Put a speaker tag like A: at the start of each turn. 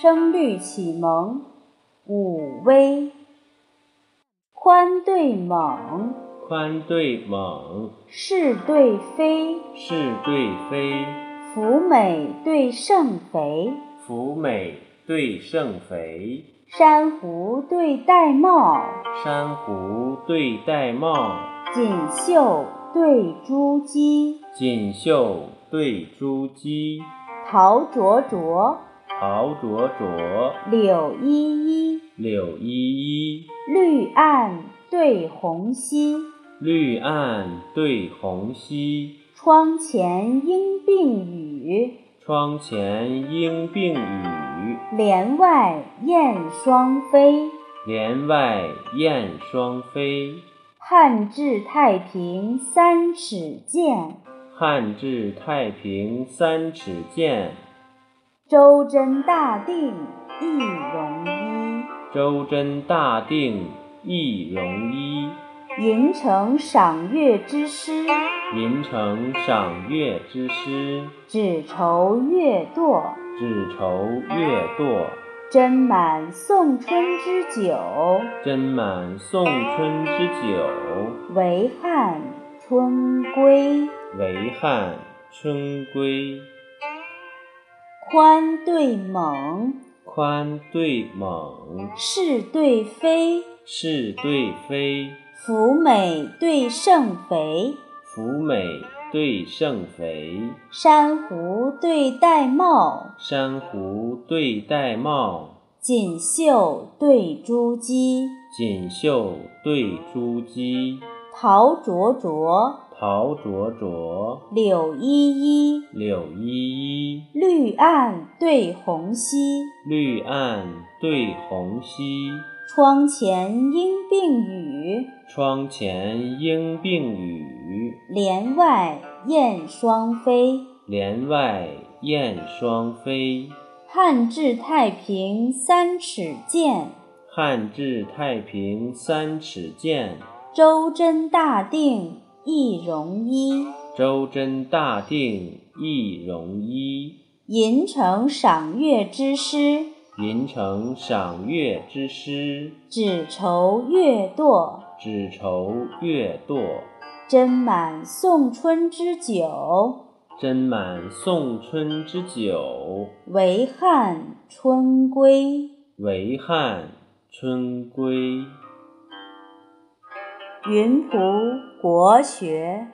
A: 声律启蒙，武威。宽对猛，
B: 宽对猛，
A: 是对非，
B: 是对非，
A: 福美对圣肥，
B: 福美对圣肥，
A: 珊瑚对玳瑁，
B: 珊瑚对玳瑁，
A: 锦绣对珠玑，
B: 锦绣对珠玑，
A: 桃灼灼，
B: 桃灼灼，
A: 柳依依，
B: 柳依依，
A: 绿岸对红溪，
B: 绿岸对红溪，
A: 窗前莺并语，
B: 窗前莺并语，
A: 帘外燕双飞。
B: 帘外燕双飞。
A: 汉至太平三尺剑，
B: 汉至太平三尺剑，
A: 周真大定一容一。
B: 周真大定易容一。
A: 银城赏月之诗，
B: 银城赏月之诗，
A: 只愁月堕。
B: 只愁月堕。
A: 斟满送春之酒，
B: 斟满送春之酒，
A: 为汉春归。
B: 为汉春归。
A: 宽对猛，
B: 宽对猛，
A: 是对非，
B: 是对非，
A: 福美对圣肥，
B: 福美对圣肥，
A: 珊瑚对玳瑁，
B: 珊瑚对玳瑁，
A: 锦绣对珠玑，
B: 锦绣对珠玑，
A: 桃灼灼，
B: 桃灼灼，
A: 柳依依，
B: 柳依依，
A: 绿岸对红溪，
B: 绿岸对红溪，
A: 窗前莺并语，
B: 窗前莺并语，
A: 帘外燕双飞。
B: 帘外燕双飞。
A: 汉至太平三尺剑，
B: 汉至太平三尺剑，
A: 周真大定一容一。
B: 周真大定易容一。
A: 银城赏月之诗，
B: 银城赏月之诗，
A: 只愁月堕。
B: 只愁月堕。
A: 斟满送春之酒，
B: 斟满送春之酒，
A: 为汉春归。
B: 为汉春归。
A: 云浦国学。